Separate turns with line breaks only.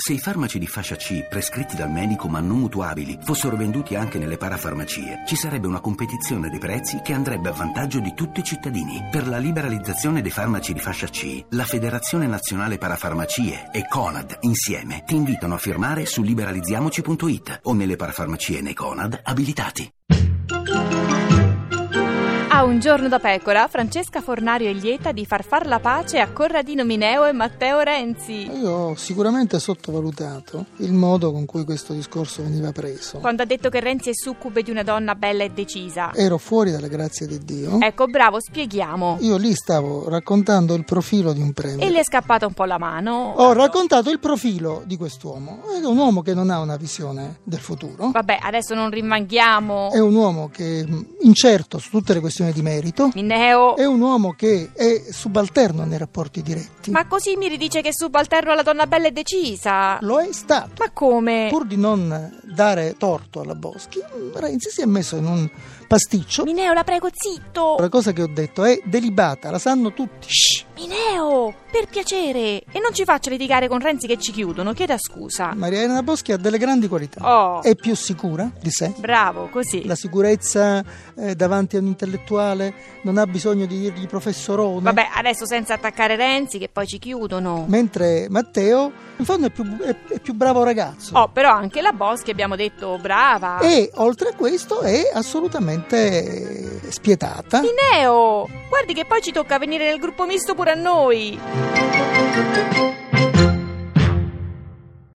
Se i farmaci di fascia C prescritti dal medico ma non mutuabili fossero venduti anche nelle parafarmacie, ci sarebbe una competizione dei prezzi che andrebbe a vantaggio di tutti i cittadini. Per la liberalizzazione dei farmaci di fascia C, la Federazione Nazionale Parafarmacie e Conad insieme ti invitano a firmare su liberalizziamoci.it o nelle parafarmacie e nei Conad abilitati.
A un giorno da pecora, Francesca Fornario è lieta di far far la pace a Corradino Mineo e Matteo Renzi.
Io ho sicuramente sottovalutato il modo con cui questo discorso veniva preso.
Quando ha detto che Renzi è succube di una donna bella e decisa.
Ero fuori dalle grazie di Dio.
Ecco, bravo, spieghiamo.
Io lì stavo raccontando il profilo di un premio.
E le è scappata un po' la mano.
Ho raccontato il profilo di quest'uomo. È un uomo che non ha una visione del futuro.
Vabbè, adesso non rimanghiamo.
È un uomo che mh, incerto su tutte le questioni di merito.
Mineo.
È un uomo che è subalterno nei rapporti diretti.
Ma così mi ridice che è subalterno alla donna bella e decisa.
Lo è stato.
Ma come?
Pur di non dare torto alla Boschi, Renzi si è messo in un pasticcio.
Mineo, la prego, zitto.
La cosa che ho detto è delibata, la sanno tutti. Shh.
Mineo, per piacere. E non ci faccia litigare con Renzi che ci chiudono, chieda scusa.
Maria Elena Boschi ha delle grandi qualità.
Oh,
È più sicura di sé.
bravo, così.
La sicurezza eh, davanti a un intellettuale non ha bisogno di dirgli professorone.
Vabbè, adesso senza attaccare Renzi che poi ci chiudono.
Mentre Matteo, in fondo, è più, è- è più bravo ragazzo.
Oh, però anche la Boschi abbiamo detto brava.
E oltre a questo è assolutamente eh, spietata.
Mineo, guardi che poi ci tocca venire nel gruppo misto pure a noi.